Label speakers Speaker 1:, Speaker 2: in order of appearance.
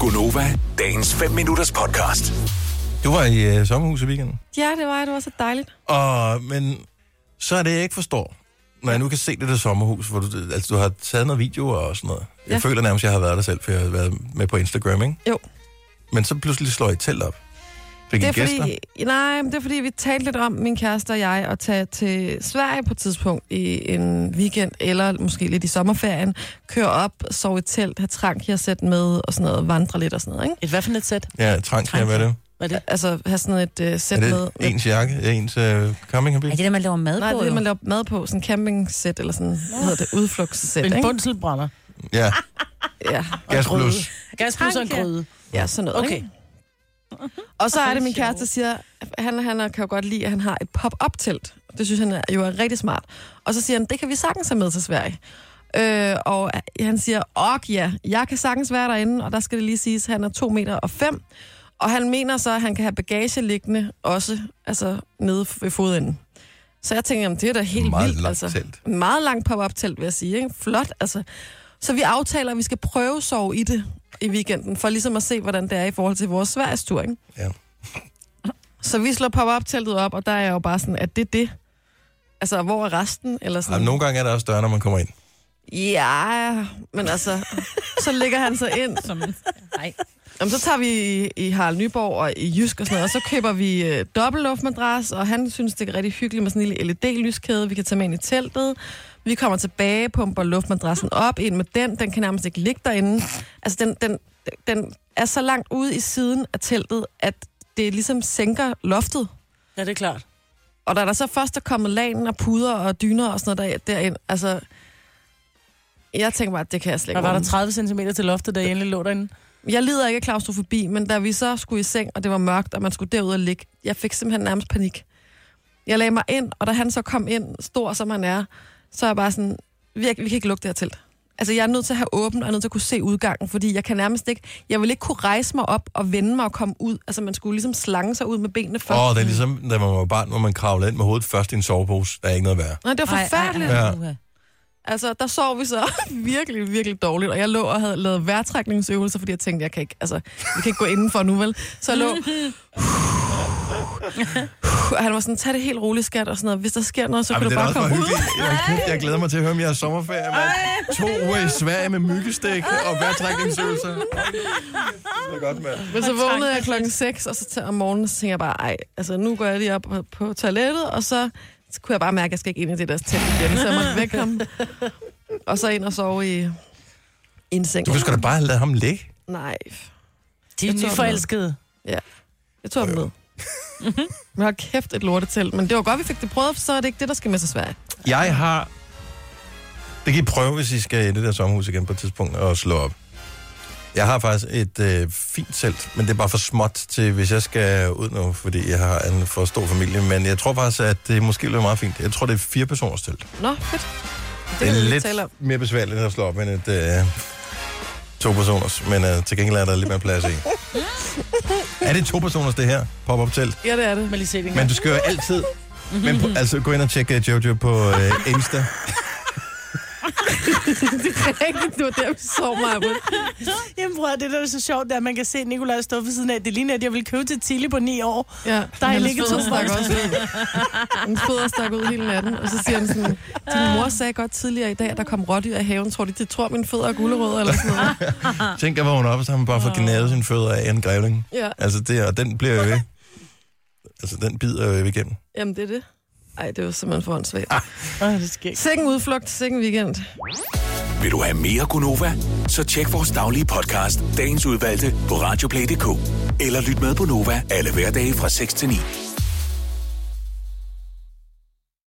Speaker 1: Gunova, dagens 5 minutters podcast.
Speaker 2: Du var i øh, sommerhus i weekenden.
Speaker 3: Ja, det var, det var så dejligt.
Speaker 2: Og, men så er det, jeg ikke forstår. Når jeg nu kan se det der sommerhus, hvor du, altså, du har taget noget video og sådan noget. Jeg
Speaker 3: Ja.
Speaker 2: føler nærmest, at jeg har været der selv, for jeg har været med på Instagram, ikke?
Speaker 3: Jo.
Speaker 2: Men så pludselig slår I et telt op. Fik
Speaker 3: Det
Speaker 2: I
Speaker 3: er
Speaker 2: gæster?
Speaker 3: fordi, nej, men det er fordi, vi talte lidt om, min kæreste og jeg, at tage til Sverige på et tidspunkt i en weekend, eller måske lidt i sommerferien, køre op, sove i et telt, have trank, jeg sæt med, og sådan noget, vandre lidt og sådan noget, ikke?
Speaker 4: Et hvad for et sæt?
Speaker 2: Ja, trang kan jeg være det.
Speaker 4: Var det?
Speaker 3: Altså, have sådan et uh, sæt
Speaker 2: Er
Speaker 3: med.
Speaker 2: det ens jakke? Ens øh, camping
Speaker 5: Er det det, man laver mad
Speaker 3: Nej,
Speaker 5: på?
Speaker 3: det er det, man
Speaker 5: laver...
Speaker 3: laver mad på, sådan en campingsæt, eller sådan, hvad hedder det, udflugtssæt,
Speaker 4: En
Speaker 3: ikke?
Speaker 4: bundselbrænder.
Speaker 2: Ja,
Speaker 3: Ja,
Speaker 2: gas
Speaker 4: Gryde.
Speaker 2: plus.
Speaker 4: Gasplus og en
Speaker 5: Tanke.
Speaker 4: gryde.
Speaker 3: ja sådan noget,
Speaker 4: Okay.
Speaker 3: ikke? Og så er det min kæreste, der siger, han, han kan jo godt lide, at han har et pop-up-telt. Det synes han er, jo er rigtig smart. Og så siger han, det kan vi sagtens have med til Sverige. Øh, og han siger, ok ja, jeg kan sagtens være derinde, og der skal det lige siges, at han er 2 meter og 5. Og han mener så, at han kan have bagage liggende også, altså nede ved fodenden. Så jeg tænker, jamen, det er da helt
Speaker 2: Meget
Speaker 3: vildt.
Speaker 2: langt
Speaker 3: altså.
Speaker 2: telt.
Speaker 3: Meget langt pop-up telt, vil jeg sige. Ikke? Flot, altså. Så vi aftaler, at vi skal prøve sove i det i weekenden, for ligesom at se, hvordan det er i forhold til vores Sveriges tur. Ikke?
Speaker 2: Ja.
Speaker 3: Så vi slår pop-up-teltet op, og der er jeg jo bare sådan, at det er det. Altså, hvor er resten? Eller sådan.
Speaker 2: Jamen, nogle gange er der også døre, når man kommer ind.
Speaker 3: Ja, men altså, så ligger han så ind.
Speaker 4: Som, nej.
Speaker 3: Jamen, så tager vi i, i Harald Nyborg og i Jysk og sådan noget, og så køber vi øh, dobbeltluftmadras, og han synes, det er rigtig hyggeligt med sådan en lille LED-lyskæde, vi kan tage med ind i teltet. Vi kommer tilbage, pumper luftmadrassen op, ind med den, den kan nærmest ikke ligge derinde. Altså, den, den, den er så langt ude i siden af teltet, at det ligesom sænker loftet.
Speaker 4: Ja, det er klart.
Speaker 3: Og da der så først er kommet lagen og puder og dyner og sådan noget der, derind, altså... Jeg tænker bare, at det kan jeg slet ikke.
Speaker 4: Der var der
Speaker 3: rumme.
Speaker 4: 30 cm til loftet, da jeg endelig lå derinde.
Speaker 3: Jeg lider ikke af klaustrofobi, men da vi så skulle i seng, og det var mørkt, og man skulle derud og ligge, jeg fik simpelthen nærmest panik. Jeg lagde mig ind, og da han så kom ind, stor som han er, så er jeg bare sådan, vi, er, vi kan ikke lukke det her telt. Altså, jeg er nødt til at have åbent, og jeg er nødt til at kunne se udgangen, fordi jeg kan nærmest ikke, jeg vil ikke kunne rejse mig op og vende mig og komme ud. Altså, man skulle ligesom slange sig ud med benene først.
Speaker 2: Åh, oh, det er ligesom, da man var barn, hvor man kravlede ind med hovedet først i en sovepose. Der er ikke noget værre.
Speaker 3: Nej, det var forfærdeligt.
Speaker 2: ej. Ja.
Speaker 3: Altså, der sov vi så virkelig, virkelig dårligt, og jeg lå og havde lavet vejrtrækningsøvelser, fordi jeg tænkte, jeg kan ikke, altså, vi kan ikke gå indenfor nu, vel? Så jeg lå... Og han var sådan, tag det helt roligt, skat, og sådan noget. Hvis der sker noget, så
Speaker 2: Ej,
Speaker 3: kan
Speaker 2: men
Speaker 3: du
Speaker 2: det er da
Speaker 3: bare
Speaker 2: også bare
Speaker 3: komme ud.
Speaker 2: hyggeligt. Jeg, kæft, jeg glæder mig til at høre om jeres sommerferie, mand. To uger i Sverige med myggestik og vejrtrækningsøvelser. Ej, Det er godt, mand.
Speaker 3: Men så vågnede jeg klokken 6, og så til, om morgenen, så tænkte jeg bare, ej, altså nu går jeg lige op på, på toilettet, og så, så kunne jeg bare mærke, at jeg skal ikke ind i det der telt igen, så jeg måtte væk ham. Og så ind og sove i, i en seng.
Speaker 2: Du vil sgu da bare lade ham ligge.
Speaker 3: Nej,
Speaker 4: De er
Speaker 3: Jeg tror,
Speaker 4: nyforelskede.
Speaker 3: Jeg tog ham med. Men har kæft et lortetelt. Men det var godt, vi fik det prøvet, for så er det ikke det, der skal med til Sverige.
Speaker 2: Jeg har... Det kan I prøve, hvis I skal i det der sommerhus igen på et tidspunkt og slå op. Jeg har faktisk et øh, fint telt, men det er bare for småt til, hvis jeg skal ud nu, fordi jeg har en for stor familie. Men jeg tror faktisk, at det måske bliver meget fint. Jeg tror, det er fire personers telt.
Speaker 3: Nå, fedt. Det,
Speaker 2: Det
Speaker 3: kan
Speaker 2: er
Speaker 3: vi lige
Speaker 2: lidt
Speaker 3: tale om.
Speaker 2: mere besværligt at slå op end et øh, to personers, men øh, til gengæld er der lidt mere plads i. er det to personers, det her pop-up telt?
Speaker 3: Ja, det er det.
Speaker 4: Må lige se det
Speaker 2: Men
Speaker 4: engang.
Speaker 2: du skal jo altid... Men på, altså, gå ind og tjek øh, Jojo på øh, Insta.
Speaker 3: Det er rigtigt, det var der, vi sov mig på.
Speaker 4: Jamen prøv at høre, det der er så sjovt, der man kan se Nikolaj stå ved siden af. Det ligner, at jeg ville købe til Tilly på 9 år.
Speaker 3: Ja,
Speaker 4: Der er
Speaker 3: hendes
Speaker 4: ligget to
Speaker 3: fødder stak også ud. Hendes fødder stak ud hele natten, og så siger han sådan, din mor sagde godt tidligere i dag, at der kom rådyr i haven. Tror de, de tror, min fødder er gulerødder eller sådan noget?
Speaker 2: Tænk at vågne op, og så har man bare fået gnævet sine fødder af en grævling.
Speaker 3: Ja,
Speaker 2: Altså, det, og den bliver jo ved. Altså, den bider jo ved igennem.
Speaker 3: jamen det er det. Ej, det var simpelthen for åndssvagt.
Speaker 4: Åh, det sker ikke.
Speaker 3: Sikken udflugt, sikken weekend.
Speaker 1: Vil du have mere Gunova? Så tjek vores daglige podcast, dagens udvalgte, på radioplay.dk. Eller lyt med på Nova alle hverdage fra 6 til 9.